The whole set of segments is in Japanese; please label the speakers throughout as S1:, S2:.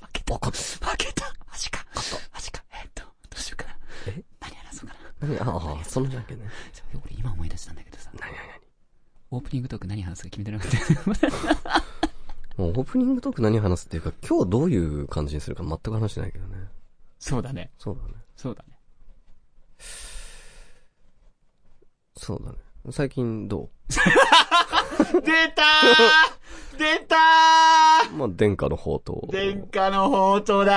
S1: ああ、そんなだけね。
S2: そう俺今思い出したんだけどさ、
S1: なになに
S2: オープニングトーク何話すか決めてなかったよね
S1: もうオープニングトーク何話すっていうか、今日どういう感じにするか全く話してないけどね。
S2: そうだね。
S1: そうだね。
S2: そうだね。
S1: そうだね。最近ど
S2: 出た ー出た
S1: うまあ、殿下の宝刀。
S2: ー殿下の宝刀だ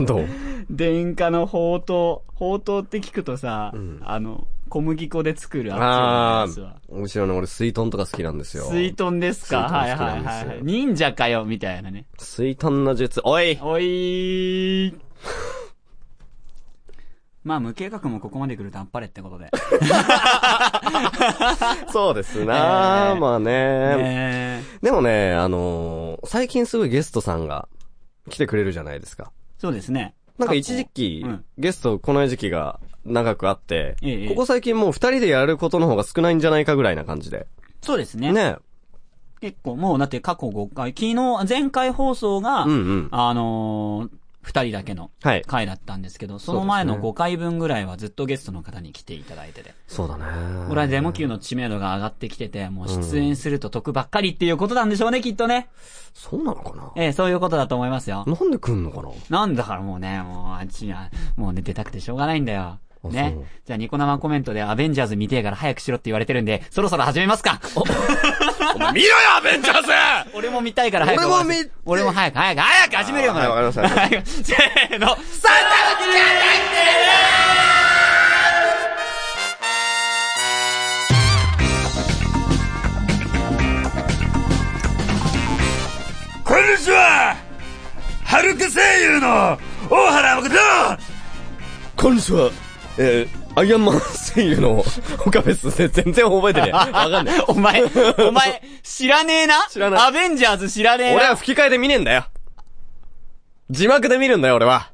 S2: ー
S1: 近どう
S2: 殿下の宝刀。宝刀って聞くとさ、
S1: うん
S2: あの、小麦粉で作る
S1: あ
S2: あっちのやつは。
S1: ー、むしろね、俺水豚とか好きなんですよ。
S2: 水遁ですかはい
S1: 水遁好き
S2: は
S1: ないんですよ
S2: はいはい。忍者かよみたいなね。
S1: 水豚の術、おい
S2: おいー。 まあ、無計画もここまで来るとあっぱれってことで。
S1: そうですなー、
S2: ねえ
S1: まあね
S2: ねえ
S1: でもね、あのー最近すごいゲストさんが来てくれるじゃないですか。
S2: そうですね。
S1: なんか一時期、
S2: うん
S1: ゲスト来ない時期が長くあって、
S2: ええええ
S1: ここ最近もう二人でやることの方が少ないんじゃないかぐらいな感じで。
S2: そうですね。
S1: ね。
S2: 結構もう、だって過去5回、昨日、前回放送が、
S1: うんうん。
S2: あのー二人だけの
S1: はい。
S2: 回だったんですけど、そ
S1: そう
S2: の
S1: ですね
S2: 前の5回分ぐらいはずっとゲストの方に来ていただいてて。
S1: そうだね。
S2: 俺はデモ級の知名度が上がってきてて、もう出演すると得ばっかりっていうことなんでしょうね、きっとね。
S1: そうなのかな
S2: ええ、そういうことだと思いますよ。
S1: なんで来んのかな
S2: なんだからもうね、もうあっちには、もうね、出たくてしょうがないんだよ。
S1: あ
S2: ね
S1: そう。
S2: じゃあニコ生コメントでアベンジャーズ見てえから早くしろって言われてるんで、そろそろ始めますか
S1: お前見ろよ、アベンジャーズ
S2: 俺も見たいから早く。
S1: 俺も見
S2: 俺も早く、早く、早く始めるよ、
S1: はい
S2: もう
S1: わかりました
S2: 早く せーの。さ
S3: こんにちははるか声優の大原誠
S1: こんにちは。えー、アイアンマン声優の 岡部すせ、全然覚えてねえ。わかんねえ。
S2: お前、お前、知らねえな
S1: 知らない
S2: アベンジャーズ知 らねえ
S1: 俺
S2: な
S1: は吹き替えで見ねえんだよ。字幕で見るんだよ、俺は。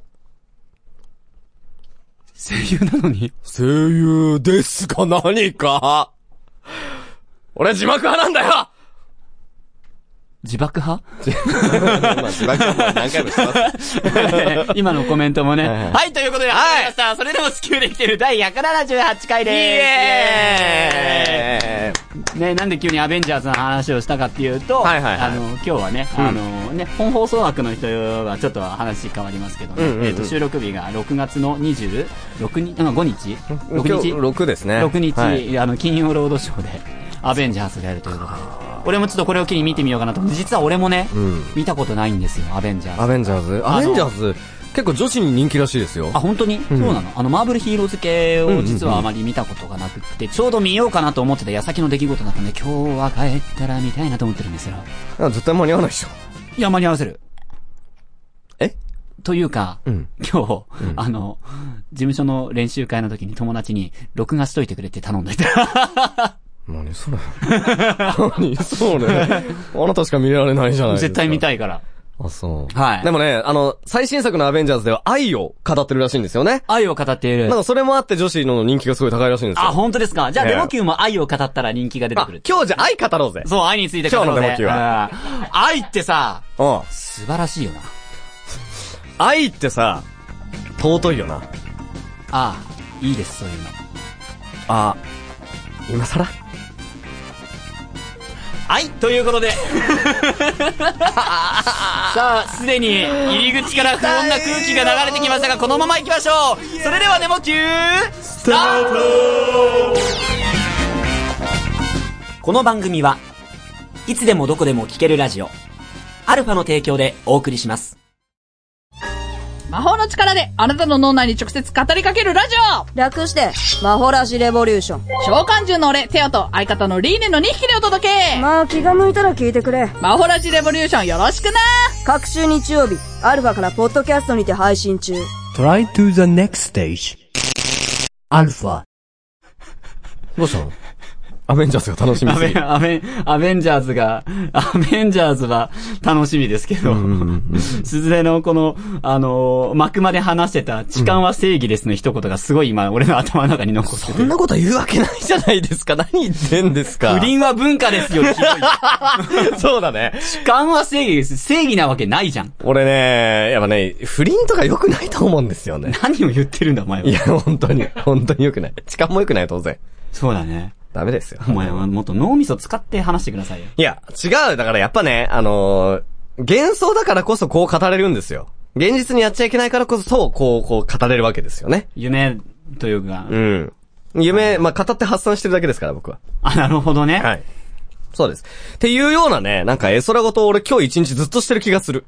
S2: 声優なのに。
S1: 声優ですか何か俺は字幕派なんだよ
S2: 自爆 派
S1: まあ字幕は何回も してます。
S2: 今のコメントもね。
S1: はいはい
S2: はい、ということで、始まりました。それでも地球で生きてる第178回です。イ
S1: え
S2: ね、なんで急にアベンジャーズの話をしたかっていうと、
S1: はいはいはい
S2: あの、今日はね、
S1: ん
S2: あの、ね、本放送枠の人はちょっと話変わりますけどね、
S1: うんうんうん
S2: えっ、と、収録日が6月の26日、あ5日 ?6
S1: 今日
S2: 日
S1: 6ですね。
S2: ?6 日、
S1: はい
S2: あの、金曜ロードショーで、アベンジャーズがやるということで、俺もちょっとこれを機に見てみようかなと思って、実は俺もね、
S1: うん
S2: 見たことないんですよ、アベンジャー
S1: ア
S2: ズ。
S1: ベンジャーズアベンジャーズ、結構女子に人気らしいですよ。
S2: あ、本当に、
S1: ん
S2: そうなのあの、マーブルヒーローズ系を実はあまり見たことがなくって、ちょうど見ようかなと思ってた矢先の出来事だったんで、今日は帰ったら見たいなと思ってるんですよ。
S1: あ絶対間に合わないでしょ。
S2: いや、間に合わせる。
S1: え
S2: というか、
S1: うん。
S2: 今日、あの、事務所の練習会の時に友達に、録画しといてくれって頼んでた。
S1: 何それ何それあなたしか見られないじゃないですか。
S2: 絶対見たいから。
S1: あ、そう。
S2: はい
S1: でもね、あの、最新作のアベンジャーズでは愛を語ってるらしいんですよね。
S2: 愛を語っている
S1: なん。かそれもあって女子の人気がすごい高いらしいんです
S2: あ、
S1: よ。
S2: 本当ですかじゃあ、
S1: ええ
S2: デモ級も愛を語ったら人気が出て
S1: あ
S2: くる、。
S1: 今日じゃあ愛語ろうぜ。
S2: そう、愛について語ろうぜ
S1: 今日のデモ級は
S2: うん愛ってさ、
S1: うん。
S2: 素晴らしいよな。
S1: 愛ってさ、尊いよな。
S2: ああ、いいです、そういうの。
S1: あ、今更
S2: はい、ということで。 さあ、すでに入り口から不穏な空気が流れてきましたが、このまま行きましょうそれではデモ級スタートこの番組はいつでもどこでも聴けるラジオ、アルファの提供でお送りします。
S4: 魔法の力であなたの脳内に直接語りかけるラジオ
S5: 略して、マホラジレボリューション。
S4: 召喚獣の俺、テオと相方のリーネの2匹でお届け、
S5: まあ気が向いたら聞いてくれ。
S4: 魔法ラジレボリューションよろしくな
S5: 各週日曜日、アルファからポッドキャストにて配信中。
S6: Try to the next stage. Alpha.
S1: どうしたのアベンジャーズが楽しみ
S2: ア
S1: す
S2: ベ
S1: ぎ る。
S2: アベアベンジャーズが、アベンジャーズは楽しみですけど、すずれのこの、あのー幕まで話してた、痴漢は正義ですの一言がすごい今、俺の頭の中に残って
S1: そん
S2: る。
S1: なこと言うわけないじゃないですか。何言ってんですか。
S2: 不倫は文化ですよりひどい、
S1: そうだね。
S2: 痴漢は正義です。正義なわけないじゃん。
S1: 俺ね、やっぱね、不倫とか良くないと思うんですよね。
S2: 何を言ってるんだ、お前
S1: い
S2: は。
S1: や、本当に、本当に良くない。痴漢も良くない、当然。
S2: そうだね。
S1: ダメですよ。
S2: お前はもっと脳みそ使って話してくださいよ。
S1: いや、違う。だからやっぱね、あのー幻想だからこそこう語れるんですよ。現実にやっちゃいけないからこそ、そう、こう、こう語れるわけですよね。
S2: 夢というか、
S1: うん。夢、まあ、語って発散してるだけですから、僕は。
S2: あ、なるほどね。
S1: はい。そうです。っていうようなね、なんか絵空事を俺今日一日ずっとしてる気がする。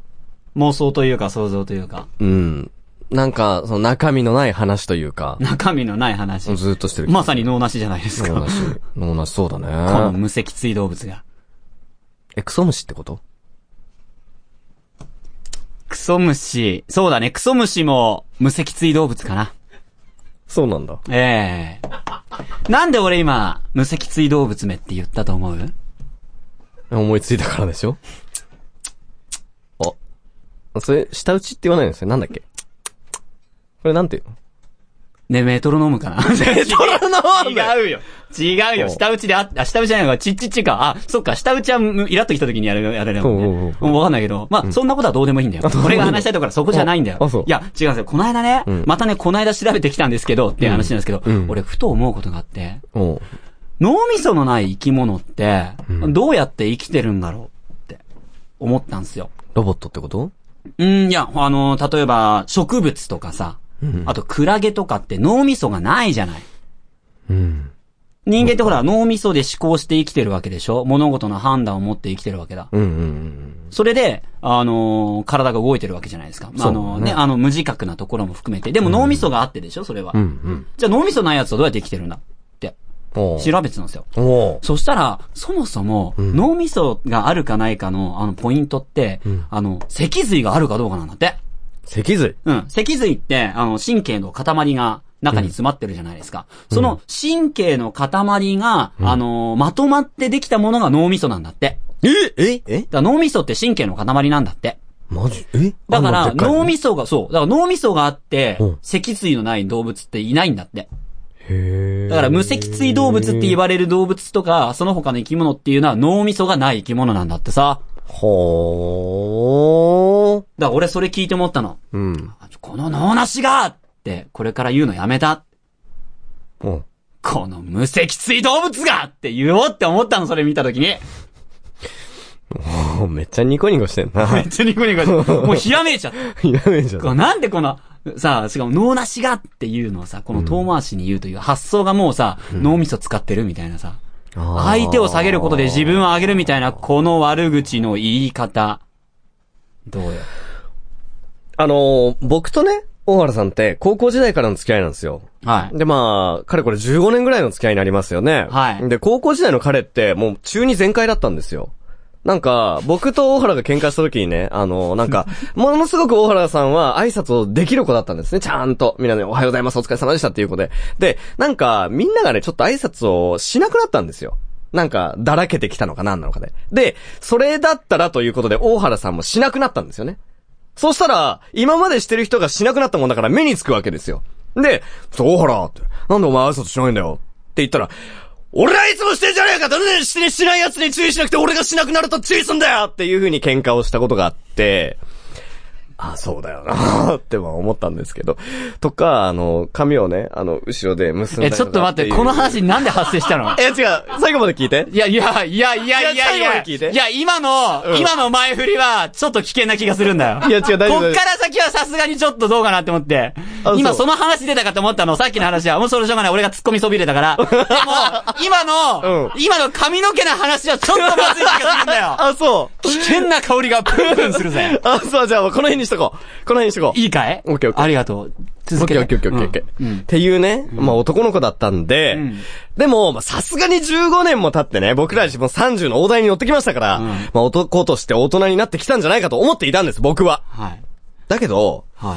S2: 妄想というか想像というか、
S1: うん。なんか、その中身のない話というか、
S2: 中身のない話。
S1: ずっとしてる気が
S2: ますさ
S1: る。
S2: に脳なしじゃないです
S1: 脳
S2: か
S1: な。し。脳なし、そうだ
S2: この
S1: ね。
S2: 無脊椎動物が。
S1: え、クソムシってこと
S2: クソムシ。そうだね、クソムシも無脊椎動物かな。
S1: そうなんだ。
S2: ええなんで俺今、無脊椎動物めって言ったと思う
S1: 思いついたからでしょあ。それ、下打ちって言わないんですよ。なんだっけこれなんて
S2: ね、メトロノーム かなメトロノ
S1: ーム
S2: 違うよ違うよ
S1: お
S2: 下打ちであ、あ、下打ちじゃないのか、ちっちっちか。あ、そっか、下打ちはむイラッときた時にやる、やれるもんね。
S1: おうおうおう
S2: もうわかんないけど、まあ、そんなことはどうでもいいんだよ。
S1: うでもい
S2: 俺
S1: い
S2: が話したいところはそこじゃないんだよ。
S1: ああそう
S2: いや、違うんですよ。この間ね、
S1: ん
S2: またね、この間調べてきたんですけど、っていう話なんですけど、
S1: うん
S2: 俺、ふと思うことがあって、
S1: おう
S2: 脳みそのない生き物って、どうやって生きてるんだろうって思ったんですよ。
S1: ロボットってこと
S2: うん、いや、あの、例えば、植物とかさ、あとクラゲとかって脳みそがないじゃない。
S1: うん。
S2: 人間ってほら、脳みそで思考して生きてるわけでしょ物事の判断を持って生きてるわけだ。
S1: うんうんうん。
S2: それで、あのー体が動いてるわけじゃないですか。まあ、あの
S1: そう
S2: ね、
S1: ね
S2: あの、無自覚なところも含めて。でも脳みそがあってでしょそれは。
S1: うんうん。
S2: じゃあ脳みそないやつはどうやって生きてるんだって、
S1: おう
S2: 調べてたんですよ。
S1: おう
S2: そしたら、そもそも、脳みそがあるかないかの、あの、ポイントって、あの、脊髄があるかどうかなんだって。
S1: 脊髄。
S2: うん。脊髄って、あの、神経の塊が中に詰まってるじゃないですか。その神経の塊が、あのー、まとまってできたものが脳みそなんだって。
S1: えええ
S2: だから脳みそって神経の塊なんだって。
S1: マジえ
S2: だから、脳み
S1: そ。
S2: そが、そう。だから脳みそがあって
S1: うん、
S2: 脊髄のない動物っていないんだって。
S1: へえ。
S2: だから、無脊椎動物って言われる動物とか、その他の生き物っていうのは脳みそがない生き物なんだってさ。
S1: ほー。
S2: だから俺それ聞いて思ったの。
S1: うん。
S2: あこの脳なしがって、これから言うのやめた。
S1: うん。
S2: この無脊椎動物がって言おうって思ったの、それ見たときに。
S1: もうめっちゃニコニコしてんな。
S2: めっちゃニコニコ して、もうひらめいちゃった。
S1: いやめんじゃ。
S2: こうんなんでこの、さあ、しかも脳なしがっていうのをさ、この遠回しに言うという発想がもうさ、脳みそ使ってるみたいなさ。相手を下げることで自分を上げるみたいな、この悪口の言い方。どうよ。
S1: あのー、僕とね、大原さんって高校時代からの付き合いなんですよ。
S2: はい。
S1: で、まあ、彼これ15年ぐらいの付き合いになりますよね。
S2: はい
S1: で、高校時代の彼って、もう中に全開だったんですよ。なんか、僕と大原が喧嘩した時にね、あの、なん か、ものすごく大原さんは挨拶をできる子だったんですね、ちゃんと。みんなでおはようございます、お疲れ様でしたっていう子で。で、なんか、みんながね、ちょっと挨拶をしなくなったんですよ。なんか、だらけてきたのかなんなのかで。で、それだったらということで、大原さんもしなくなったんですよね。そうしたら、今までしてる人がしなくなったもんだから目につくわけですよ。で、そう、大原って、なんでお前挨拶しないんだよって言ったら、俺はいつもしてんじゃねえかどれでしてしない奴に注意しなくて俺がしなくなると注意すんだよっていう風に喧嘩をしたことがあって、あ、そうだよなっては思ったんですけど。とか、あの、髪をね、あの、後ろで結んだ
S2: え、
S1: り
S2: ちょっと待って、
S1: か
S2: この
S1: いう
S2: 話なんで発生したの
S1: え、違う、最後まで聞いて。
S2: いやいや、いやいやいやい
S1: いや最後ま
S2: や、
S1: で聞いて
S2: いや、今の、
S1: うん
S2: 今の前振りは、ちょっと危険な気がするんだよ。
S1: いや、違う、大丈夫
S2: こ
S1: 大
S2: っ
S1: 丈
S2: から先はさすがにちょっとどうかなって思って
S1: あ。
S2: 今
S1: そう
S2: その話出たかと思ったの、さっきの話は。もうそれしょうがない。俺が突っ込みそびれた から。でも、今の、
S1: う
S2: 今の髪の毛の話はちょっとまずい気がするんだ よ
S1: 夫。。あ、そう。
S2: 危険な香りがプンプンするぜ。
S1: あ、そう、じゃあ、この辺にしとこう。この辺にしとこう。
S2: いいかい
S1: オッケーオッケー
S2: ありがとう。続
S1: オッ
S2: け
S1: ケ
S2: て。
S1: ーオッケーオッケーオッケ
S2: う
S1: ー。
S2: んう
S1: っ
S2: ん
S1: ていうね、まあ男の子だったんで、
S2: ん
S1: でも、まあさすがに15年も経ってね、僕ら自分30の大台に乗ってきましたから、
S2: ん
S1: まあ男として大人になってきたんじゃないかと思っていたんです、僕は。
S2: はい。
S1: だけど、
S2: はい。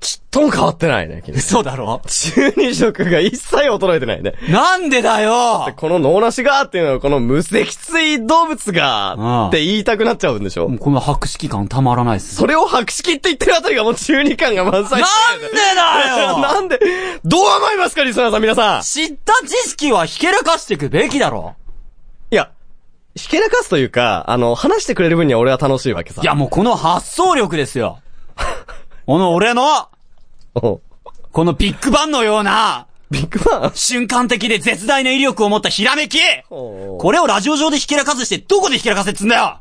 S1: ちっとも変わってないね、君。
S2: 嘘だろ
S1: 中二色が一切衰えてないね。
S2: なんでだよ
S1: この脳なしがっていうのは、この無脊椎動物
S2: あ
S1: が
S2: あ
S1: って言いたくなっちゃうんでしょ
S2: もうこの白色感たまらないっす。
S1: それを白色って言ってるあたりがもう中二感が満
S2: なん
S1: 載
S2: でだよ
S1: なんで、どう甘いますか、リスナーさん、皆さん。
S2: 知った知識はひけらかしていくべきだろ
S1: いや、ひけらかすというか、あの、話してくれる分には俺は楽しいわけさ。
S2: いや、もうこの発想力ですよ。この俺の、
S1: おう、
S2: このビッグバンのような、
S1: ビッグバン
S2: 瞬間的で絶大な威力を持ったひらめき
S1: おう
S2: これをラジオ上でひけらかずして、どこでひけらかせっつんだよ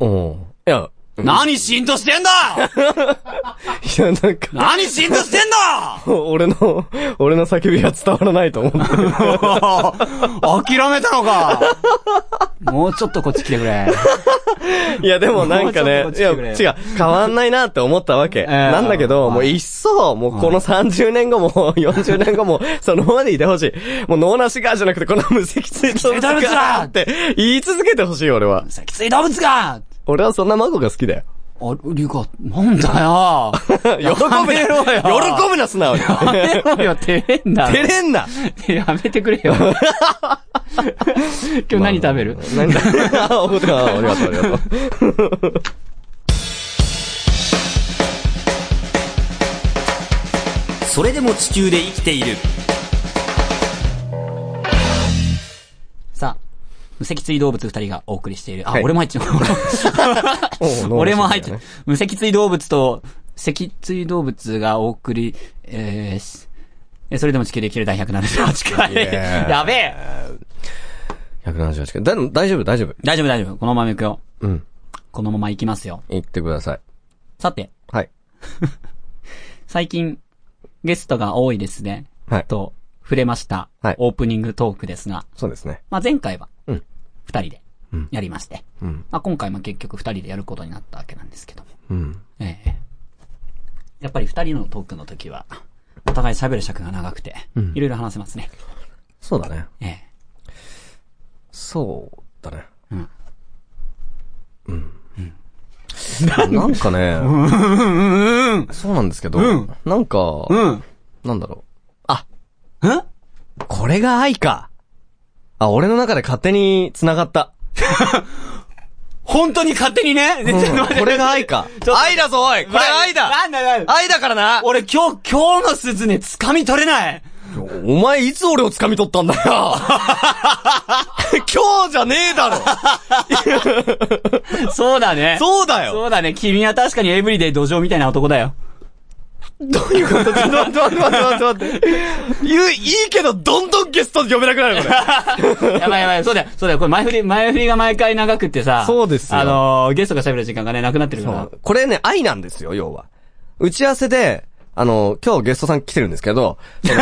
S1: おういや、
S2: 何しんとしてんだ
S1: いや、なんか、
S2: 何しんとしてんだ
S1: 俺の、俺の叫びは伝わらないと思ってる。
S2: 諦めたのかもうちょっとこっち来てくれ。
S1: いや、でもなんかね
S2: もう、
S1: い
S2: ち
S1: や、
S2: ょっとこっ
S1: 違
S2: ち来てくれ
S1: う、変わんないなって思ったわけ。
S2: ー
S1: なんだけど、もういっそ、もうこの30年後も40年後も、そのままでいてほしい。もう脳なしがじゃなくて、この無脊椎動物
S2: 無脊椎動物
S1: が
S2: だ
S1: って言い続けてほしい、俺は。
S2: 脊椎動物が
S1: 俺はそんな孫が好きだよ。
S2: あ、リカ、なんだよ
S1: 喜ぶな
S2: やめろよ
S1: 喜ぶな、素直に。
S2: や めろよ、てれんだ
S1: 照れんな
S2: れ、やめてくれ よ。今日何食べる
S1: なんだあ、おことあありがとう、ありがとう。
S2: それでも地球で生きている。さあ、無脊椎動物二人がお送りしている。あ、
S1: はい
S2: 俺も入っ ちゃう。
S1: おう
S2: 俺も入っちゃ
S1: 脳
S2: う
S1: なし。
S2: 無脊椎動物と、脊椎動物がお送り、えーし、えそれでも地球で生きる第178回。
S1: エーイ
S2: やべえ
S1: だよね178回。だ大丈夫、大丈夫。
S2: 大丈夫大丈夫。このまま行くよ。
S1: うん。
S2: このまま行きますよ。
S1: 言ってください。
S2: さて、
S1: はい。
S2: 最近、ゲストが多いですね。
S1: はい
S2: と、触れました。
S1: はい
S2: オープニングトークですが、
S1: そうですね。
S2: まあ、前回は、
S1: うん
S2: 二人で、やりまして。
S1: うん。
S2: まあ、今回も結局二人でやることになったわけなんですけども。
S1: うん。
S2: ええ。やっぱり二人のトークの時は、お互い喋る尺が長くて、いろいろ話せますね。
S1: そうだね。
S2: ええ。
S1: そうだね。
S2: うん。
S1: うん。なんかね、そうなんですけど、なんか、
S2: うん。
S1: なんだろう。あ、
S2: ん
S1: これが愛か。あ、俺の中で勝手に繋がった。
S2: 本当に勝手にね、
S1: うん
S2: ちょっと待って
S1: これが愛か
S2: ちょっ。と
S1: 愛だぞ、おいこれ愛だ
S2: なんだなんだ
S1: 愛だからな
S2: 俺今日、今日の鈴ね、掴み取れない
S1: お前いつ俺を掴み取ったんだよ 今日じゃねえだろ
S2: そうだね。
S1: そうだ
S2: そ
S1: よ
S2: うだね。君は確かにエブリデイ土壌みたいな男だよ。
S1: どういうことちょっと待って待って待って待って待って。言う、いいけど、どんどんゲスト呼べなくなるよこ れ。
S2: やばいやばい。そうだよ。そうだよ。これ前振り、前振りが毎回長くってさ。
S1: そうですよ
S2: あのー、ゲストが喋る時間がね、なくなってるから。
S1: これね、愛なんですよ、要は。打ち合わせで、あの、今日ゲストさん来てるんですけど、そ の、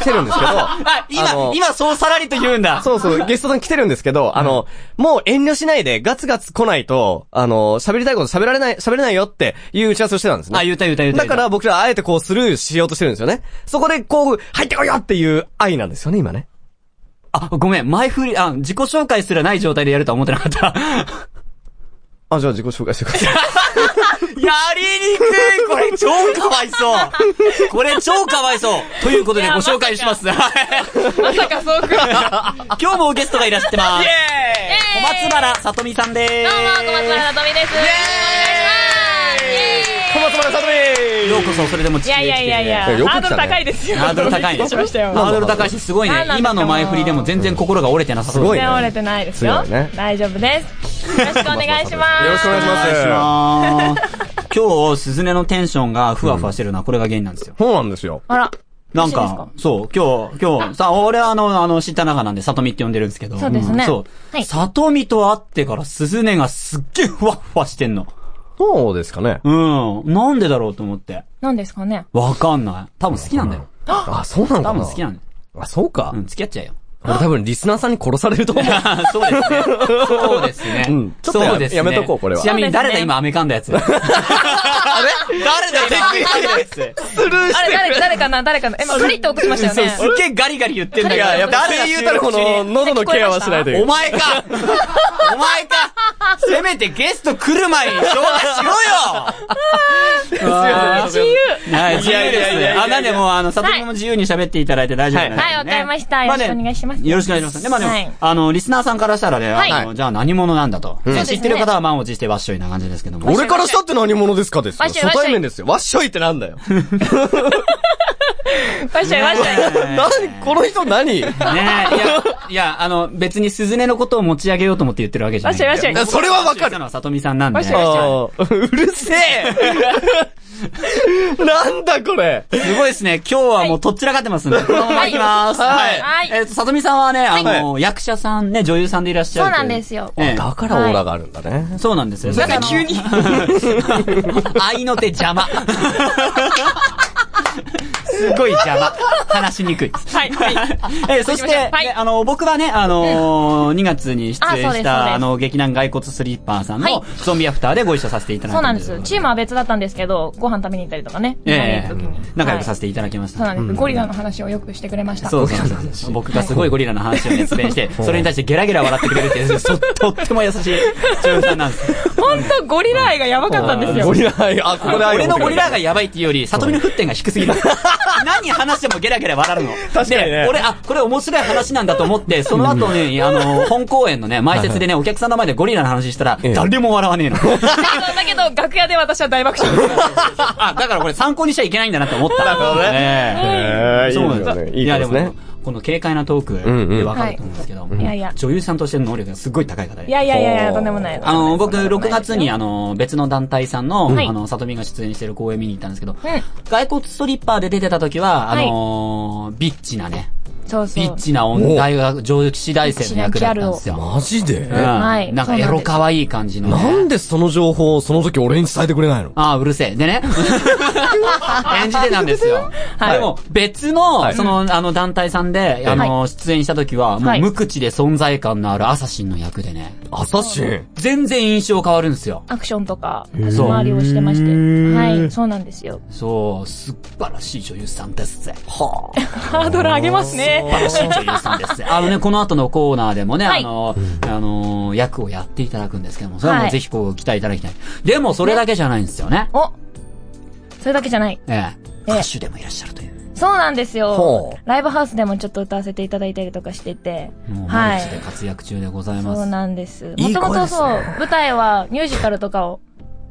S1: 来てるんですけど、
S2: あ、今、
S1: あの
S2: 今そうさらりと言うんだ。
S1: そうそう、ゲストさん来てるんですけど、あの、もう遠慮しないで、ガツガツ来ないと、あの、喋りたいこと喋られない、喋れないよっていう打ち合わせをしてたんですね。
S2: あ、言うた言うた言うた
S1: だから、僕らはあえてこうスルーしようとしてるんですよね。そこでこう、入ってこいよっていう愛なんですよね、今ね。
S2: あ、ごめん。前振り、あ、自己紹介すらない状態でやるとは思ってなか った。
S1: あ、じゃあ自己紹介してください。
S2: やりにくいこれ超かわいそうこれ超かわいそうということで
S4: い
S2: ご
S4: や
S2: 紹介します。はい
S4: まさかそうくる。どうも、
S2: 今日もゲストがいらっしゃってます。小松原さとみさんです。
S4: 小松原とみです。お願いし
S1: 小松原さとみ
S2: ようこそ、それでも地
S4: ますイ
S2: 球
S4: エーイ
S2: へ来
S4: いや
S2: て
S1: い
S4: いやいや
S1: や
S4: い
S1: よ
S4: や、
S1: く
S4: ハ
S1: 来
S4: ード
S1: たね
S4: ル高いですよ。
S2: ハードル高い
S4: びっくりしましたよ。
S2: ハードル高いし、すごいね
S4: なん。だ
S2: 今の前振りでも全然心が折れてなさそう。
S1: すごいね
S4: 全然折れてないですよ
S1: 強いね。
S4: 大丈夫です。よろしくお願いします。
S1: よろしくお願いし
S2: お願
S1: ま
S2: いします。今日、鈴音のテンションがふわふわしてるのはこれが原因なんですよ。
S1: そうなんですよ。
S4: あら、
S2: なんか、そう、今日、今日、さ、俺はあの、あの、知った中なんで、里見って呼んでるんですけど。
S4: そうですね
S2: んそう。
S4: はい
S2: 里見と会ってから、鈴音がすっげえふわっふわしてんの。
S1: そうですかね。
S2: うん。なんでだろうと思って。
S4: 何ですかね。
S2: わかんない。多分好きなんだよ。
S1: あ、そうなの
S2: 多
S1: かな
S2: 分好きなんだよ。
S1: あ、そうか
S2: う。ん、付き合っちゃえよ。
S1: 俺多分リスナーさんに殺されると思う。
S2: そうですね。そうですね。
S1: うんちょっとや
S2: そうですね
S1: やめとこうこれは
S2: ちなみに誰だ
S4: そうですね
S2: 今、アメカンだやつ。 あれ誰だ今、アメカンだやつ。
S1: スルー
S4: あれ、誰、誰かな誰かな今、カリッと送ってましたよ
S2: そう、
S4: ね
S2: す。っげえガリガリ言ってんだ
S1: い
S2: けど。
S1: や、やっぱ
S2: 誰だ
S1: 声優たらこの喉のケアはしないといけない
S2: お前かお前かせめてゲスト来る前に紹介しろよ
S1: 自由
S2: はい、自由で
S1: いやいやいや
S2: す
S1: いやいや
S2: あ、なんでもう、あの、里も自由に喋っていただいて大丈夫なんで、ね
S6: はいはいわかりましたよろしくお願いします
S2: あねよろしくお願いします。で、まあでも、
S6: はい
S2: あの、リスナーさんからしたらね、あの、
S6: はい
S2: じゃあ何者なんだと。
S6: ん
S2: ね
S6: そうです
S2: 知
S6: ね
S2: ってる方は満を持してわっしょいな感じですけども。
S1: 俺からしたって何者ですかですよ。
S6: わっしょい
S1: 初対面ですよ。わっしょいってなんだよ。
S6: わっしょいわっしょい。
S1: 何この人何
S2: ねいや、いや、あの、別に鈴音のことを持ち上げようと思って言ってるわけじゃない。
S6: わっしょいわっしょい。
S1: それはわか
S2: した
S1: る。
S2: のは里見さんなんで。
S6: わっしょいわっしょい
S1: あーうる せえなんだこれ
S2: すごいですね。今日はもうとっちらかってますんで。このまま行きます。
S1: はい
S6: はい
S2: えっと、里見さんはね、あの、役者さんね、女優さんでいらっしゃるとい。
S6: そうなんですよ
S2: ええ
S1: だからオーラがあるんだね。
S2: そうなんですよ。なんか急に。 愛の手邪魔。すごい邪魔。話しにくい。
S6: はい、はい。
S2: えーそして、
S6: はい
S2: ねあの、僕はね、あのー2月に出
S6: あそうで
S2: 演
S6: すそう
S2: し
S6: です
S2: た、あの、劇団骸骨スリッパーさん
S6: は
S2: の
S6: い
S2: ゾンビアフターでご一緒させていただい
S6: そ
S2: た
S6: うなん
S2: ん
S6: で。
S2: です
S6: チームは別だったんですけど、ご飯食べに行ったりとかね。
S2: ええ
S6: 飲みに行く時に
S2: 仲良くさ
S6: はい
S2: せていただきました。
S6: そうなんです。ゴリラの話をよくしてくれました。
S2: そうそうそう。僕がすごいゴリラの話を熱弁して、それに対してゲラゲラ笑ってくれるって いう、そとっても優しい女優さんなんです。
S6: 本当ゴリラ愛がやばかったんですよ
S1: ゴ。リラ愛、あ、ここで愛を
S2: 俺のゴリラ
S1: が。
S2: がやばいっていうより、里見の沸点が低す ぎる。何話してもゲラゲラ笑うの。
S1: 確かにね
S2: で俺、あ、これ面白い話なんだと思って、その後に、あの、本公演のね、前説でね、お客さんの前でゴリラの話したら、
S1: ええ
S2: 誰も笑わね えの。
S6: だけど、だけど楽屋で私は大爆笑です。
S2: あ、だからこれ参考にしちゃいけないんだなと思った。
S1: なるほどね
S2: ええ
S1: えー
S2: そうなん
S1: い
S2: ですすよ。
S1: いでねいい子ですね
S2: や、でも、この軽快なトーク
S1: んうん
S2: でわかると思うんですけど、
S6: いいやいや
S2: 女優さんとしての能力がすごい高い方で。
S6: いやいやいやいや、とんでもない。
S2: あの、僕、6月に、あ
S6: の、
S2: の、別の団体さんの、
S6: はい
S2: あの、里見が出演してる公演見に行ったんですけど、
S6: うん
S2: 外骨ストリッパーで出てた時は、あ
S6: はい
S2: のービッチなね、
S6: そうそう。
S2: ビッチな女、大学、上司大生の役だったんですよ。
S1: マジで、
S2: うん
S6: はい
S2: なんか、エロ可愛い感じのね、
S1: なんでその情報をその時俺に伝えてくれないの
S2: ああ、うるせえ。 でね。演じてたんですよ。
S6: はい
S2: でも、別の、
S1: はい
S2: その、あの、団体さんで、あの、出演した時は、も
S6: は
S2: う、
S6: い
S2: 無口で存在感のあるアサシンの役でね、
S1: アサシン。
S2: 全然印象変わるんですよ。
S6: アクションとか、立ち
S2: そう
S6: 回りをしてまし
S2: う
S6: て。
S2: ーん
S6: はい、そうなんですよ。
S2: そう、素晴らしい女優さんですぜ。はあ。
S6: ハードル上げますね。
S2: 素晴らしい女優さんですね。あのね、この後のコーナーでもね、
S6: はい
S2: あの、あの、役をやっていただくんですけども、それはも
S6: は
S2: う
S6: い
S2: ぜひこう、期待いただきたい。でも、それだけじゃないんですよね。
S6: おそれだけじゃない。
S2: ええ。
S6: ええ
S2: 歌手でもいらっしゃるという。
S6: そうなんです
S1: ほ
S6: よ。ライブハウスでもちょっと歌わせていただいたりとかしてて
S2: もう、。マ
S6: は
S2: ルチで
S6: い。
S2: 活躍中でございます。
S6: そうなんです。
S1: い
S6: も
S1: い
S6: とも
S1: 声で
S6: と
S1: す
S6: そう、
S1: ね
S6: 舞台はミュージカルとかを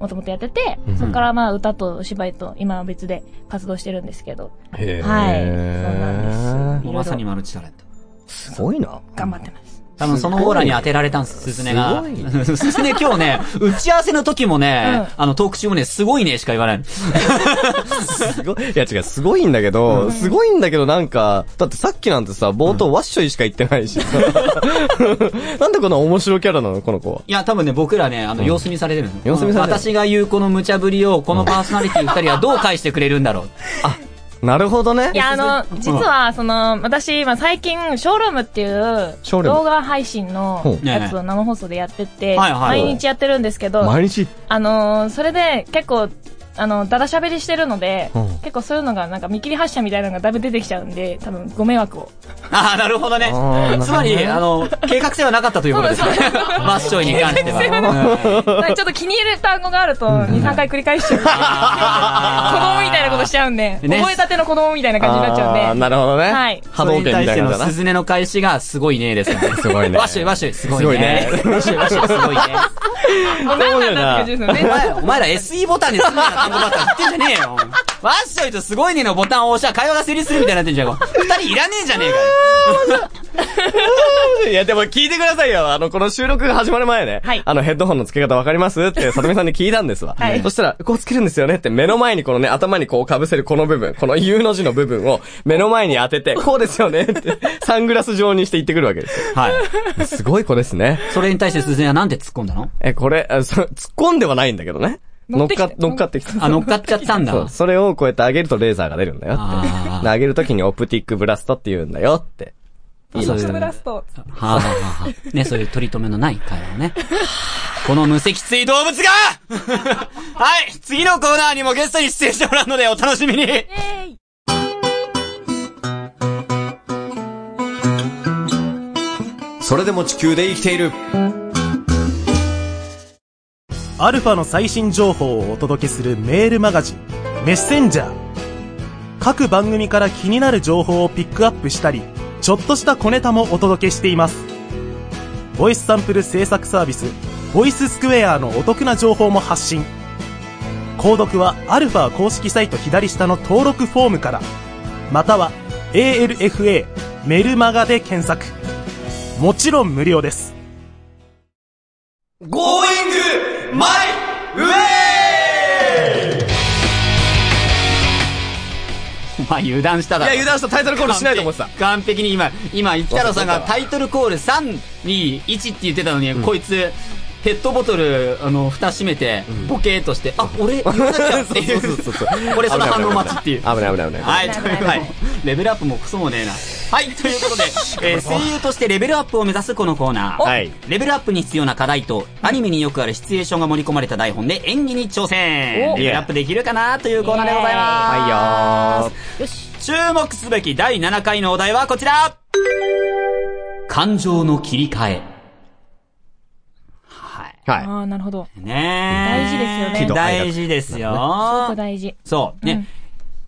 S6: もともとやってて、そこからまあ歌とお芝居と今は別で活動してるんですけど、
S1: へ
S6: はいそうなんです
S2: もうまさにマルチタレント。
S1: す。すごいな。
S6: 頑張ってます。
S2: 多分そのオーラに当てられたんです、すずねが。
S1: す
S2: すずね今日ね、打ち合わせの時もね、あのトーク中もね、すごいねしか言わないの。
S1: すごい。いや 違う、すごいんだけど、すごいんだけどなんか、だってさっきなんてさ、冒頭ワッショイしか言ってないし。 なんでこんな面白キャラなのこの子は。
S2: いや、多分ね、僕らね、あの、様子見されてるの。
S1: 様子見されてる
S2: 私が言うこの無茶ぶりを、このパーソナリティ二人はどう返してくれるんだろう。
S1: なるほどね。
S6: いや、あの、実は、その、私、今最近、ショールームっていう、
S1: ショールーム
S6: 動画配信の
S1: ほ
S2: う
S6: やつを生放送でやってて、
S2: はいはい
S6: 毎日やってるんですけど、
S1: 毎日。
S6: あのーそれで結構、あの、だだ喋りしてるので、
S1: うん
S6: 結構そういうのが、なんか見切り発車みたいなのがだいぶ出てきちゃうんで、多分ご迷 惑を。
S2: ああ、なるほどね
S1: あー。
S2: つまり、あの、計画性はなかったということですね。 マッショイに関しては。うん
S6: なんかちょっと気に入る単語があると、2、3回繰り返しちゃう。 子供みたいなことしちゃうんで、
S2: ね
S6: 覚えたての子供みたいな感じになっちゃ
S1: あ
S6: う
S1: ー
S6: んで。
S1: なるほどね。
S6: はい
S1: 波動拳みたいな
S2: それに対し
S1: のだ
S2: ての
S1: な
S2: す。ずねの返しが、すごいねですね。
S1: すごいね
S2: わっしょいわっしょい、すごいね。
S1: す
S2: わっしょいわっしょい、すごいね。
S6: もう何なん だって感じです
S2: お
S6: よね。
S2: 前ら、お前ら SE ボタンで済むような単語ばっか言ってんじゃねえよ。わっしょいとすごいねのボタンを押したら会話が成立するみたいになってんじゃん。二人いらねえじゃねえかよ。
S1: いや、でも聞いてくださいよ。あの、この収録が始まる前ね。
S6: はい
S1: あの、ヘッドホンの付け方わかりますって、さとみさんに聞いたんですわ。
S6: はい
S1: そしたら、こうつけるんですよねって、目の前にこのね、頭にこう被せるこの部分、この U の字の部分を目の前に当てて、こうですよねって、サングラス状にして言ってくるわけです
S2: はい。
S1: よ。すごい子ですね。
S2: それに対して鈴江はなんて突っ込んだの
S1: え、これ、あそ突っ込んではないんだけどね。乗
S6: 乗
S1: っ
S6: ってきて
S1: か、乗っかってきた。
S2: あ、乗っかっちゃったんだ。
S1: そう、それをこうやって上げるとレーザーが出るんだよっ
S2: あ
S1: て。
S2: ー
S1: 上げるときにオプティックブラストって言うんだよって。
S2: あそういう。
S4: ブ
S2: は
S4: ラスト。
S2: あ、はあはあ、ね、そういう取り留めのない会話をね。この無脊椎動物がはい次のコーナーにもゲストに出演してもらうのでお楽しみに
S7: それでも地球で生きている。アルファの最新情報をお届けするメールマガジン、メッセンジャー。各番組から気になる情報をピックアップしたり、ちょっとした小ネタもお届けしています。ボイスサンプル制作サービス、ボイススクエアのお得な情報も発信。購読はアルファ公式サイト左下の登録フォームから、または ALFA メルマガで検索。もちろん無料です。
S3: Going my way!
S2: お前油断しただ
S1: いや、油断したタイトルコールしないと思ってた。
S2: 完璧に今、今、生田郎さんがタイトルコール3、2、1って言ってたのに、こいつ、ペットボトル、あの、蓋閉めて、ボケーっとして、あ、俺、言わなきゃっていう。
S1: そうそうそうそう
S2: 俺、その反応待ちっていう。
S1: 危ない危ない危ない。
S2: はい、というはい。レベルアップもクソもねえな。はい、という ことで、えー声優としてレベルアップを目指すこのコーナー。
S1: はい
S2: レベルアップに必要な課題と、アニメによくあるシチュエーションが盛り込まれた台本で演技に挑戦レベルアップできるかなというコーナーでございます。
S6: よし。
S2: 注目すべき第7回のお題はこちら感情の切り替え。はい。
S1: はい。
S6: ああ、なるほど。
S2: ねえ。
S6: 大事ですよね喜怒
S1: 哀楽
S2: 大事です
S6: すご
S2: よ
S6: く。大事。
S2: そう。ね。
S6: うん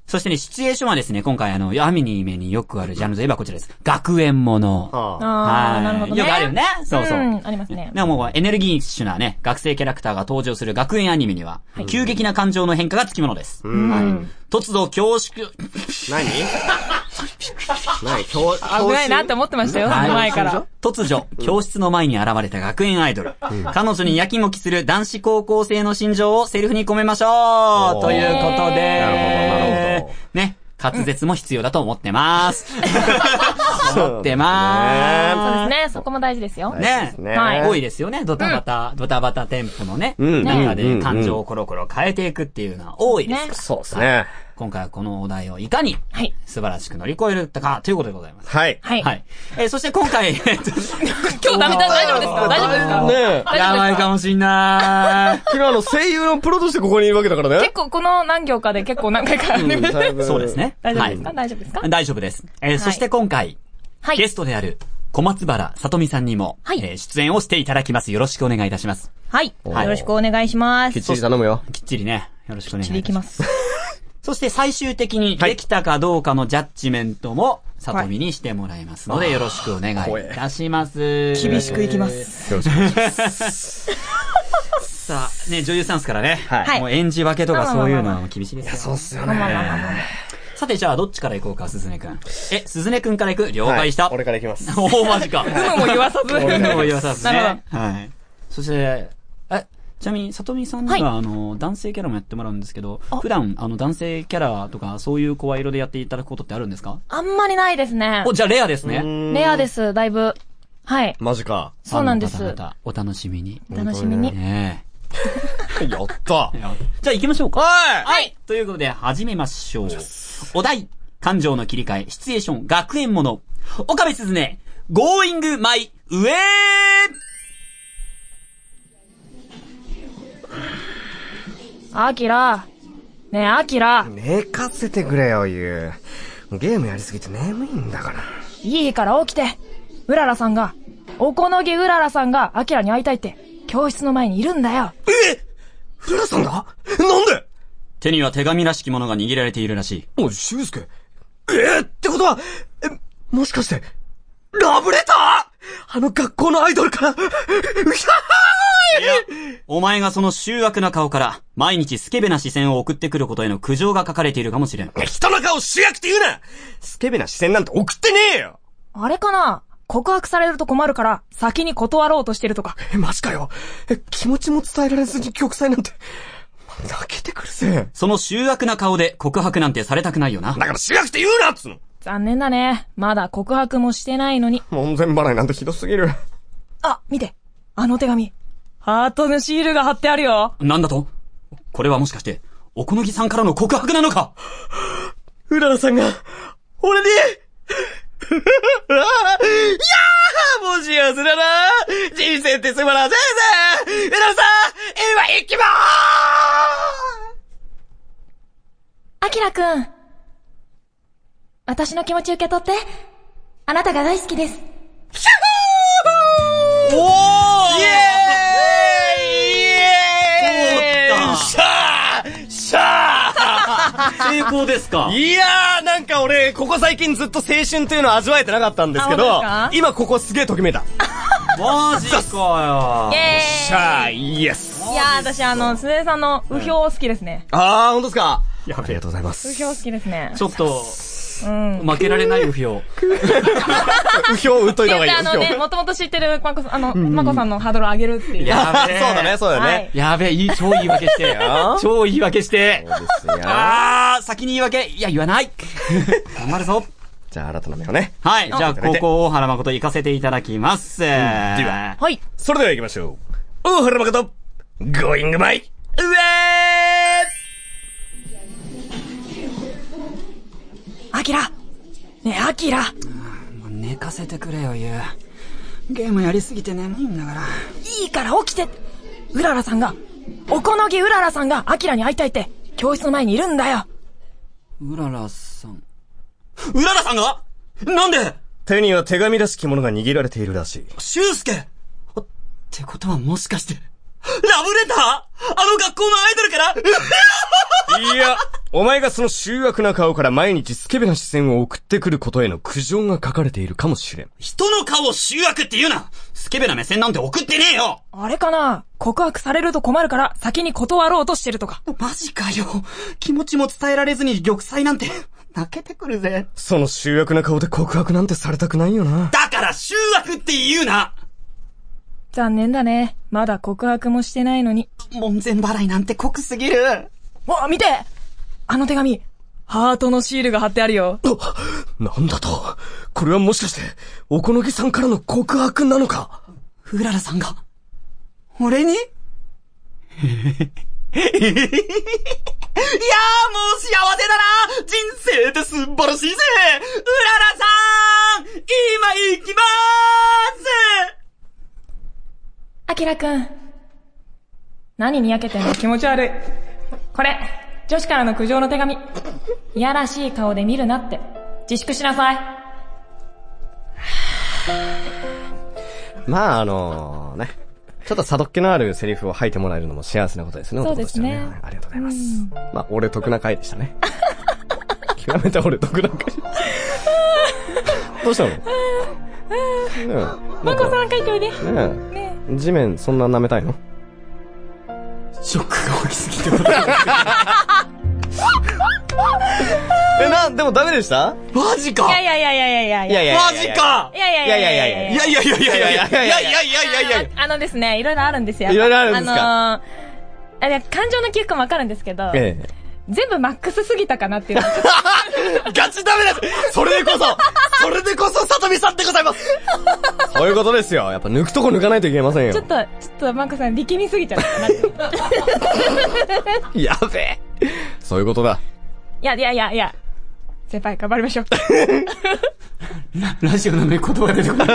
S2: そしてね、シチュエーションはですね、今回あの、アミニメによくあるジャンルといえばこちらです。学園もの。
S1: あ
S6: あ
S2: は
S6: あ、
S2: い
S6: なるほどね。
S2: よくあるよねそうそうん
S6: ありますね。
S2: でももうエネルギッシュなね、学生キャラクターが登場する学園アニメには、急激な感情の変化がつきものです。はい突如恐縮、
S1: 何何教
S6: 危ないなって思ってましたよ、その前から。。
S2: 突如、教室の前に現れた学園アイドル。彼女にやきもきする男子高校生の心情をセリフに込めましょうということで。
S1: なるほどなるほど
S2: ね。滑舌も必要だと思ってます。思って
S6: そう
S2: ま
S6: ですね、そこも大事ですよ。
S2: す。
S1: ね
S2: ね
S1: ね
S6: はい
S2: 多いですよね。ドタバタ、ドタバタテンポのね、
S1: うん
S2: 中
S1: うんうんう
S2: で
S1: ん
S2: 感情をコロコロ変えていくっていうのは多いです。
S6: ね
S1: そうですね。
S2: 今回はこのお題をいかに
S6: はい。
S2: 素晴らしく乗り越えるかということでございます。
S1: はい。
S6: はい。
S2: はい。えーそして今 回、えーと
S4: 今日ダメだ、大丈夫ですか大丈夫ですか
S1: ねえ。
S2: やばいかもしんない。
S1: 君はあの、声優のプロとしてここにいるわけだからね
S6: 結。構この何行かで結構何回かあるんで。
S1: だいぶ
S2: そうです。ね。
S6: 大丈夫で
S2: は
S6: すか大丈夫ですか
S2: い。大丈夫です。えーそして今回、
S6: はい
S2: ゲ。ストである小松原さとみさんにも、
S6: はい
S2: えー出演をしていただきます。よろしくお願いいたします。
S6: はい。
S1: ー
S6: よろしくお願いしま
S1: きっ
S6: す。
S1: ちり頼むよ。
S2: きっちりね、よろしくお願いいた
S6: でい
S2: し
S6: き
S2: ま。
S6: ますす。
S2: そして最終的にできたかどうかのジャッジメントも、さとみにしてもらいますので、よろしくお願いいたします。厳しくいきます。よろしくお願いします。さあ、ね、女優さんですからね。
S6: はい
S2: もう演じ分けとかそういうのは厳しいですよ。そう
S1: すよ
S6: まあまあまあまあまあ
S2: さて、じゃあ、どっちから行こうか、すずねくん。え、すずねくんから行く了解した。
S1: 俺からいきます。
S2: おお、マジ か。
S6: 有無も言わさず。
S2: 俺のも言わさず
S6: なる
S2: ね。はい。そして、え、ちなみに、さとみさんには、
S6: はい
S2: あの、男性キャラもやってもらうんですけど、普段、あの、男性キャラとか、そういう声色でやっていただくことってあるんですか
S6: あんまりないですね
S2: お、。じゃあ、レアですね。
S6: レアです、だいぶ。はい。
S1: マジか。
S6: そうなんです
S2: ファンの方々お楽しみに。
S6: お楽しみに。
S2: ね
S1: やった
S2: え。じゃあ、行きましょうか。
S1: は
S2: はい。ということで、始めましょう。お題、感情の切り替え、シチュエーション、学園もの。岡部すずね、Going My Way!
S6: あきら。ねえ、あきら
S1: い。。寝かせてくれよ、ゆう。ゲームやりすぎて眠いんだから。
S6: いいから起きて。うららさんが、おこのぎうららさんが、あきらに会いたいって、教室の前にいるんだよ。
S1: 古田さんがなんで
S2: 手には手紙らしきものが握られているらしい。
S1: おい、修介。えー、ってことは、え、もしかして、ラブレターあの学校のアイドルから、うひゃーい
S2: お前がその醜悪な顔から、毎日スケベな視線を送ってくることへの苦情が書かれているかもしれん。
S1: 人の顔主役って言うなスケベな視線なんて送ってねえよ
S6: あれかな告白されると困るから、先に断ろうとしてるとか。
S1: え、マジかよえ、気持ちも伝えられずに玉砕なんて、泣けてくるぜ
S2: その醜悪な顔で告白なんてされたくないよな。
S1: だから主役って言うなっつうの
S6: 残念だね。まだ告白もしてないのに。
S1: 門前払いなんてひどすぎる。
S6: あ、見て。あの手紙。ハートのシールが貼ってあるよ。
S2: なんだとこれはもしかして、おこのぎさんからの告白なのか
S1: うららさんが、俺に、いやーもう幸せだな人生って素晴らしいぜうららさん今行きま
S6: あきらくん。私の気持ち受け取って。あなたが大好きです。
S1: ーすイエーイイエーイ
S2: 成 功ですか
S1: いやー、なんか俺、ここ最近ずっと青春というのを味わえてなかったんですけ
S6: あ
S1: ど
S6: 本当ですか、
S1: 今ここすげーときめいた。
S2: マジかよ。
S6: え
S1: シャー、イエス。
S6: ーいやー、私、あの、鈴江さんの右表好きですね。
S1: あー、本当ですかありがとうございます。
S6: 右表好きですね。
S2: ちょっと、
S6: うん。
S2: 負けられないよ、票。
S1: うひょう打っといた方がいい
S6: で
S1: よ。
S6: あのね、もともと知ってるマコさん、あの、マコさんのハードル上げるっていう。
S2: やべえ。
S1: そうだね、そうだね。
S2: やべえ、いい、超言い訳 して。超言い訳して。
S1: そうですよ
S2: あー、先に言い訳。いや、言わない。頑張るぞ。
S1: じゃあ、新たな目をね。
S2: はい、じゃあ、
S1: あ
S2: 高校大原誠行かせていただきます。では、
S6: はい。
S1: それでは行きましょう。大原誠、Going by, うえ
S6: アキラねえ、アキラ
S2: もう寝かせてくれよ、ゆう。ゲームやりすぎて眠いんだから。
S6: いいから起きてうららさんが、おこのぎうららさんがアキラに会いたいって、教室の前にいるんだよ
S2: うららさん。うららさんがなんで
S1: 手には手紙らしきものが握られているらしい。
S2: しゅうすけってことはもしかして、ラブレターあの学校のアイドルから
S1: いや、お前がその醜悪な顔から毎日スケベな視線を送ってくることへの苦情が書かれているかもしれん。
S2: 人の顔を醜悪って言うなスケベな目線なんて送ってねえよ
S6: あれかな告白されると困るから先に断ろうとしてるとか。
S2: マジかよ気持ちも伝えられずに玉砕なんて、泣けてくるぜ。
S1: その醜悪な顔で告白なんてされたくないよな。
S2: だから醜悪って言うな
S6: 残念だね。まだ告白もしてないのに。
S2: 門前払いなんて濃くすぎる
S6: お見てあの手紙、ハートのシールが貼ってあるよ。
S1: なんだとこれはもしかして、おこのぎさんからの告白なのか
S2: うららさんが、俺にいやーもう幸せだな人生って素晴らしいぜうららさん今行きまーす
S6: アキラくん。何にやけてんの気持ち悪い。これ、女子からの苦情の手紙。いやらしい顔で見るなって。自粛しなさい。
S1: まあ、あのね。ちょっとサドっ気のあるセリフを吐いてもらえるのも幸せなことですね、
S6: そうですね
S1: 男としてははいありがとうございます。まあ、俺得な回でしたね。 極めて俺得な回。 どうしたのうん。
S6: マコさん書いておいで。
S1: ねえ地面そんな舐めたいの
S2: ショックが大きすぎて
S1: え、な、でもダメでした
S2: マジか
S6: いやいやいやいやいやいや。
S1: いや
S2: マジか
S6: いやいやいやいやいやいやいや
S1: いやいやいやいやいやいやいやいやいやいやいやいやいや
S6: あのですね、いろいろあるんですよ。
S1: いろいろあるんですか
S6: あのー、あいや感情の記憶もわかるんですけど、
S1: え
S6: 全部マックスすぎたかなっていうのがちょっ
S1: え。 ガチダメですそれでこそそれでこそさとみさんでございますそういうことですよ。やっぱ抜くとこ抜かないといけません
S6: と、
S1: よ。
S6: ちょっと、ちょっとマックさん力みすぎちゃったかなって。い
S1: やべえ。そういうことだ。
S6: やいやいやいや。先輩頑張りましょう。
S2: ラジオなのに言葉が出てこない。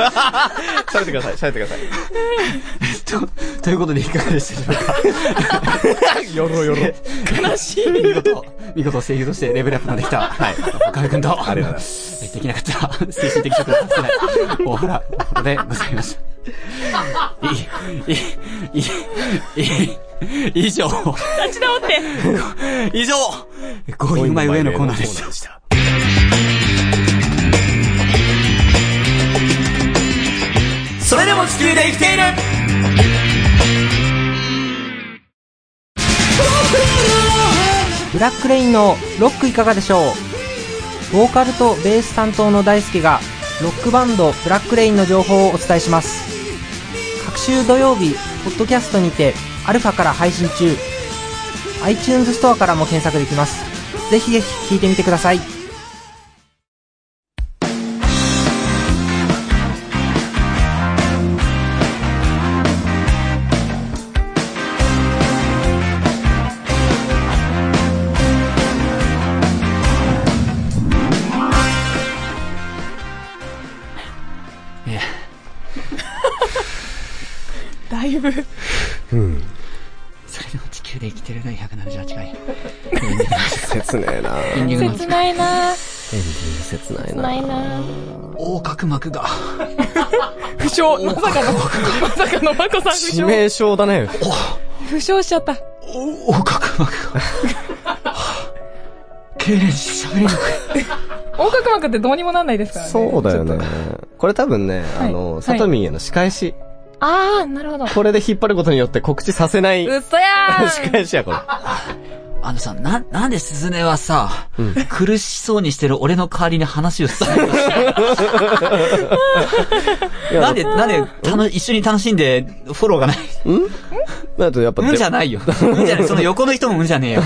S1: 喋ってください、喋ってください。
S2: と、ということでいかがでしたでしょうか
S1: よろよろ。
S2: 悲しい。見事、見事声優としてレベルアップができた。はい。岡部君と。ありがとうございます。できなかった。精神的ショックが立つない。大原誠でございました。いい、いい、いい、以上、
S6: 立ち直って。
S2: 以上、ゴーイングマイウェイのコーナーでした。
S1: た。
S2: それでも地球で生きている
S8: ブラックレインのロックいかがでしょうボーカルとベース担当の大輔がロックバンドブラックレインの情報をお伝えします各週土曜日ポッドキャストにてアルファから配信中 iTunes ストアからも検索できますぜひぜひ聴いてみてください
S6: だいぶ。
S2: それでも地球で生きてるの178回。
S1: 切ねえな
S2: エンディングの
S6: 切ないなぁ。
S1: 切ない
S6: 切ないなぁ。
S2: 横隔膜が、
S6: 負傷。まさかの、まさかのマコさん負
S1: 致
S6: 傷。
S1: 命傷だね。
S6: 負傷しちゃった。
S2: 横隔膜が、経年し喋れない。
S6: 音楽幕ってどうにもなんないですからね。
S1: そうだよね
S6: ちょっと。
S1: これ多分ね、
S6: い
S1: あ
S6: は
S1: の、
S6: い
S1: さとみんへの仕返し。
S6: あー、なる ほど。
S1: これで引っ張ることによって告知させない
S6: うっそやーん
S1: 仕返しや、これ。
S2: あのさ、な、なんでスズメはさ、苦しそうにしてる俺の代わりに話をするのなんで、なんで、たの、一緒に楽しんで、フォローがない。
S1: だとやっぱ、
S2: うんじゃないよ。うんじゃない。その横の人もうんじゃねえよ。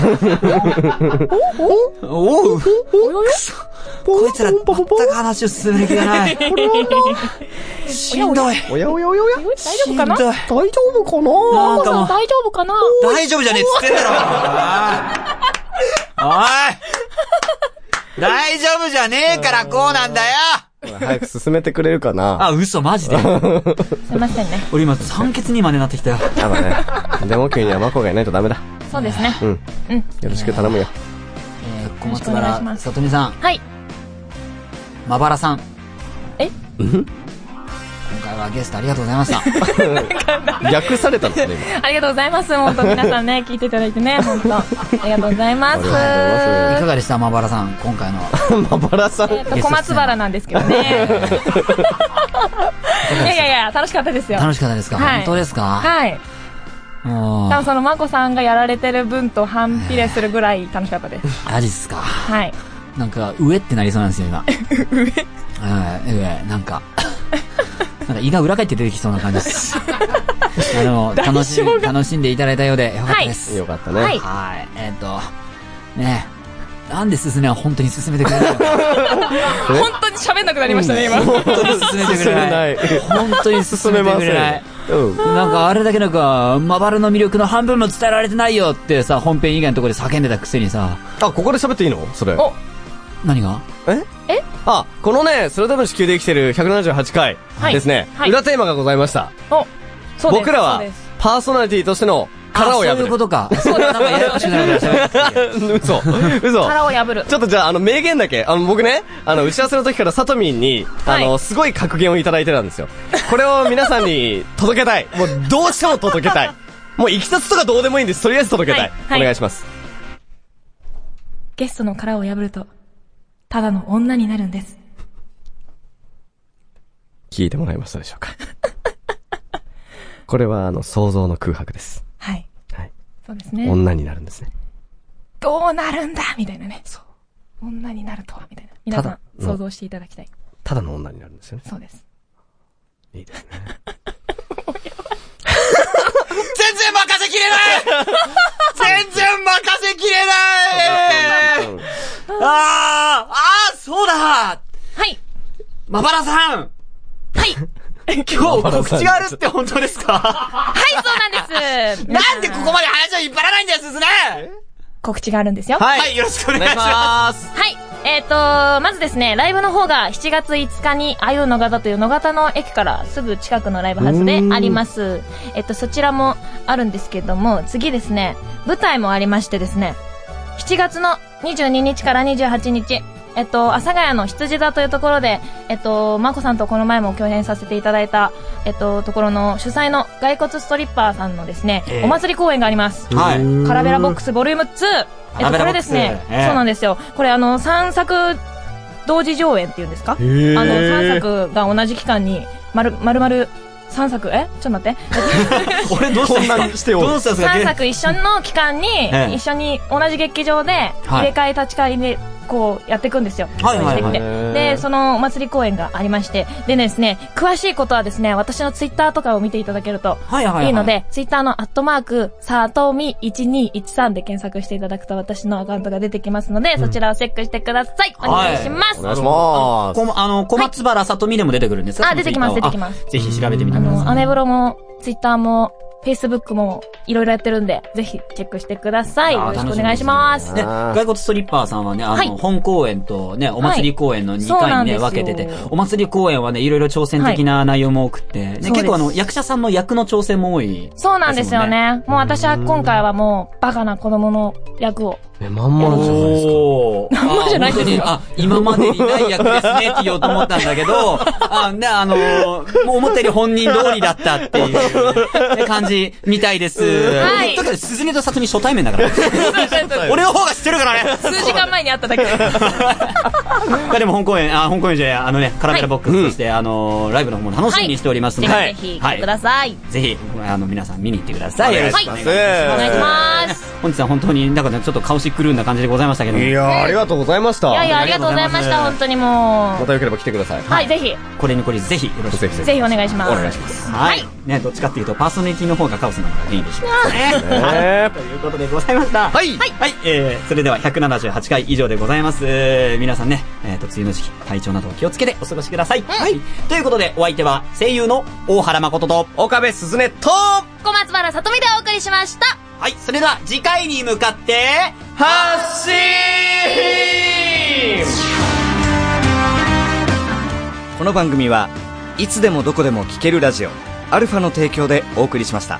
S2: おう。くそこいつら、全く話を進める気がない。しんどい。
S1: おやおやおやおや、
S6: 大丈夫かな
S2: しんどい
S1: 大丈夫かな
S2: なんかもう、
S6: 大丈夫かな
S2: 大丈夫じゃねえっつってんだろおいおい大丈夫じゃねえからこうなんだよ
S1: 早く進めてくれるかな
S2: あ、嘘、マジで。
S6: すいませんね。
S2: 俺今、酸欠にまでなってきたよ。
S1: やばね。デモ級にはマコがいないとダメだ。
S6: そうですね。
S1: うん。
S6: うん。
S1: よろしく 頼むよ。
S2: えー、小松
S6: よろしくお願いしま
S2: 原、
S6: す
S2: さとみさん、
S6: はい。
S2: まばらさん。
S6: え
S2: 今回はゲストありがとうございま した。
S1: 略されたんですね、今。
S6: ありがとうございます。本当皆さんね、聞いていただいてね、本当ありがとうございます。
S1: あ
S2: いかがでしたまばらさん、今回の。
S1: まばらさん。
S6: えっと、小松原なんですけどね。いやいやいや、楽しかったですよ。
S2: 楽しかったですか、
S6: はい
S2: 本当ですか
S6: はい。
S2: もう
S6: 多、分その、まこさんがやられてる分と反比例するぐらい楽しかったです。
S2: マジっすか。
S6: はい。
S2: なんか、上ってなりそうなんです よ、今。上はい、上、なんか。なんか胃が裏返って出てきそうな感じです。 あの、楽しん、楽しんでいただいたようで、よかったです。
S1: よかったね。
S6: はい
S2: はい。えっ、と、ねえなんで進めは本当に進めてくれないのか
S6: 本当に喋んなくなりましたね、今。
S2: 本当に進めてくれない。
S1: 進めない
S2: 本当に進
S1: 進め
S2: めて
S1: ま
S2: くれな
S1: せ
S2: い。
S1: ん。うん。
S2: なんかあれだけなんか、マバルの魅力の半分も伝えられてないよってさ、本編以外のところで叫んでたくせにさ、
S1: あ、ここで喋っていいのそれ。
S6: お
S2: 何が
S1: ええあ、このね、それでも地球で生きてる178回
S6: はい
S1: ですね、
S6: はい
S1: 裏テーマがございました。
S6: お、そうです。
S1: 僕らは
S6: そうです、
S1: パーソナリティとしての殻
S2: あ
S1: を破
S2: そういうこ
S1: る。
S2: と か。そうなんかややこしくなるから喋っていいよ
S1: 嘘。嘘。
S6: 殻を破る。
S1: ちょっとじゃあ、あの、名言だけ。あの、僕ね、あの、打ち合わせの時からさとみんに、あ
S6: い
S1: の、すごい格言をいただいてたんですよ。これを皆さんに届けたい。もう、どうしても届け たい。もう、いきさつとかどうでもいいんです。とりあえず届けたい。
S6: はいはい
S1: お願いします。
S6: ゲストの殻を破ると、ただの女になるんです。
S1: 聞いてもらえましたでしょうか。 これは、あの、想像の空白です。
S6: はい。
S1: はい。
S6: そうですね。
S1: 女になるんですね。
S6: どうなるんだみたいなね。そう。女になるとは、みたいな。皆さ
S1: ただ
S6: ん、
S1: うん
S6: 想像していただきたい。
S1: ただの女になるんですよね。
S6: そうです。
S1: いいですね。
S2: 全然任せきれない全然任せきれないああああそうだ
S6: はい
S2: まばらさん
S6: はい
S2: 今日告知があるって本当ですか
S6: はい、そう なんです
S2: なんでここまで話を引っ張らないんだよ、すずね
S6: 告知があるんですよ。
S2: はい、よろしくお願いします
S6: はい。えっ、とまずですね、ライブの方が7月5日に、あゆのがたという野方の駅からすぐ近くのライブハウスであります。えっ、と、そちらもあるんですけども、次ですね、舞台もありましてですね、7月の22日から28日、えっと、阿佐ヶ谷の羊座というところで、えっと、まこさんとこの前も共演させていただいた、えっと、ところの主催の骸骨ストリッパーさんのですね、
S2: ええ
S6: お祭り公演があります。
S2: はい。
S6: カラベラボックスボリューム2。えっ
S2: カラベ
S6: と、こ
S2: ラボ
S6: れ
S2: ック
S6: で
S2: ス
S6: すね、
S2: ええ
S6: そうなんですよ。これあの、3作同時上演っていうんですかあの、
S1: ー
S6: 3作が同じ期間に、まる、まるまる3作、えちょっと待って。
S2: 俺どうしたんです
S1: こん
S2: か
S1: なにしてよ
S2: どうしたんですか
S6: 3作一緒の期間に、
S2: ええ
S6: 一緒に同じ劇場で、
S2: は
S6: 入
S2: い
S6: れ替え立ち替えで、こうやっていくんですよ。
S2: はいはいはい
S6: でで、そのお祭り公演がありまして、でですね、詳しいことはですね、私のツイッターとかを見ていただけると、
S2: はいはいはい。
S6: いいの。で、ツイッターのアットマーク、さとみ1213で検索していただくと私のアカウントが出てきますので、そちらをチェックしてください。お願いします。
S1: お願いしま
S2: こあの、小松原さとみでも出てくるんですか
S6: あ出てきます出てきま。す
S2: そのツイッターはあぜひ調べてみて
S6: あ
S2: くだ
S6: の、ア
S2: さ
S6: メブロも、ツイッターも、フェイスブックも、いろいろやってるんで、ぜひチェックしてください。
S2: あ
S6: よ
S2: ー
S6: ろしくお願いします。
S2: い。ね、
S1: あー
S2: 骸骨ストリッパーさんはね、あの、
S6: はい
S2: 本公演とね、お祭り公演の2
S6: そうな
S2: 回
S6: ん
S2: に
S6: で
S2: ね、
S6: すよ
S2: 分けてて、お祭り公演はね、いろいろ挑戦的な内容も多くて、ね
S6: そうです
S2: 結構あの、役者さんの役の挑戦も多い。
S6: そうなんですよね。もう私は今回はもう、バカな子供の役を
S1: え、まんまなんじゃないですか。
S8: おー。
S6: まじゃないですよ
S8: あ、本当にあ今までにない役ですねって言おうと思ったんだ けど、あ、ね、あのーもう思ったより本人通りだったっ ていう感じみたいです。
S6: はい
S8: だから、鈴音と里美初対面だから。俺の方が知ってるからね。
S6: 数時間前に会っただけで。
S8: ま あでも本公演、あ、本公演じゃないあのね、カラメラボックスとして、あのーライブの方も楽しみにしておりますの
S6: ぜ
S8: で、
S6: ひぜひ、
S8: は
S6: 来
S8: い
S6: てください。
S8: ぜひ、あの、皆さん見に行ってくださ
S6: は
S8: い。
S6: い。
S8: よろしくお願いし
S1: せ
S8: ます
S1: ー
S6: お願いします。
S8: 本日は本当に、なんかね、ちょっと顔しくるんな感じでございましたけども
S1: いやー、ありがとうございました。
S6: いやいや、ありがとうございました、本当にも
S1: ま
S6: う。
S1: たよければ来てください。
S6: はい、ぜひ、
S8: これにこれぜひよろしくお願いします。
S6: ぜひお願いします。
S1: お願いします。
S8: はい。ね、どっちかっていうと、パーソナリティの方がカオスなのがいいでしょうね。
S1: ね
S8: ということでございました。
S1: はい
S8: はい。えー、それでは178回以上でございます。えー皆さんね、えーと、梅雨の時期、体調などお気をつけてお過ごしください。はい。ということで、お相手は、声優の大原誠と、
S1: 岡部鈴音と、
S6: 小松原さとみでお送りしました。
S8: はい。それでは、次回に向かって、発信
S9: この番組はいつでもどこでも聴けるラジオアルファの提供でお送りしました。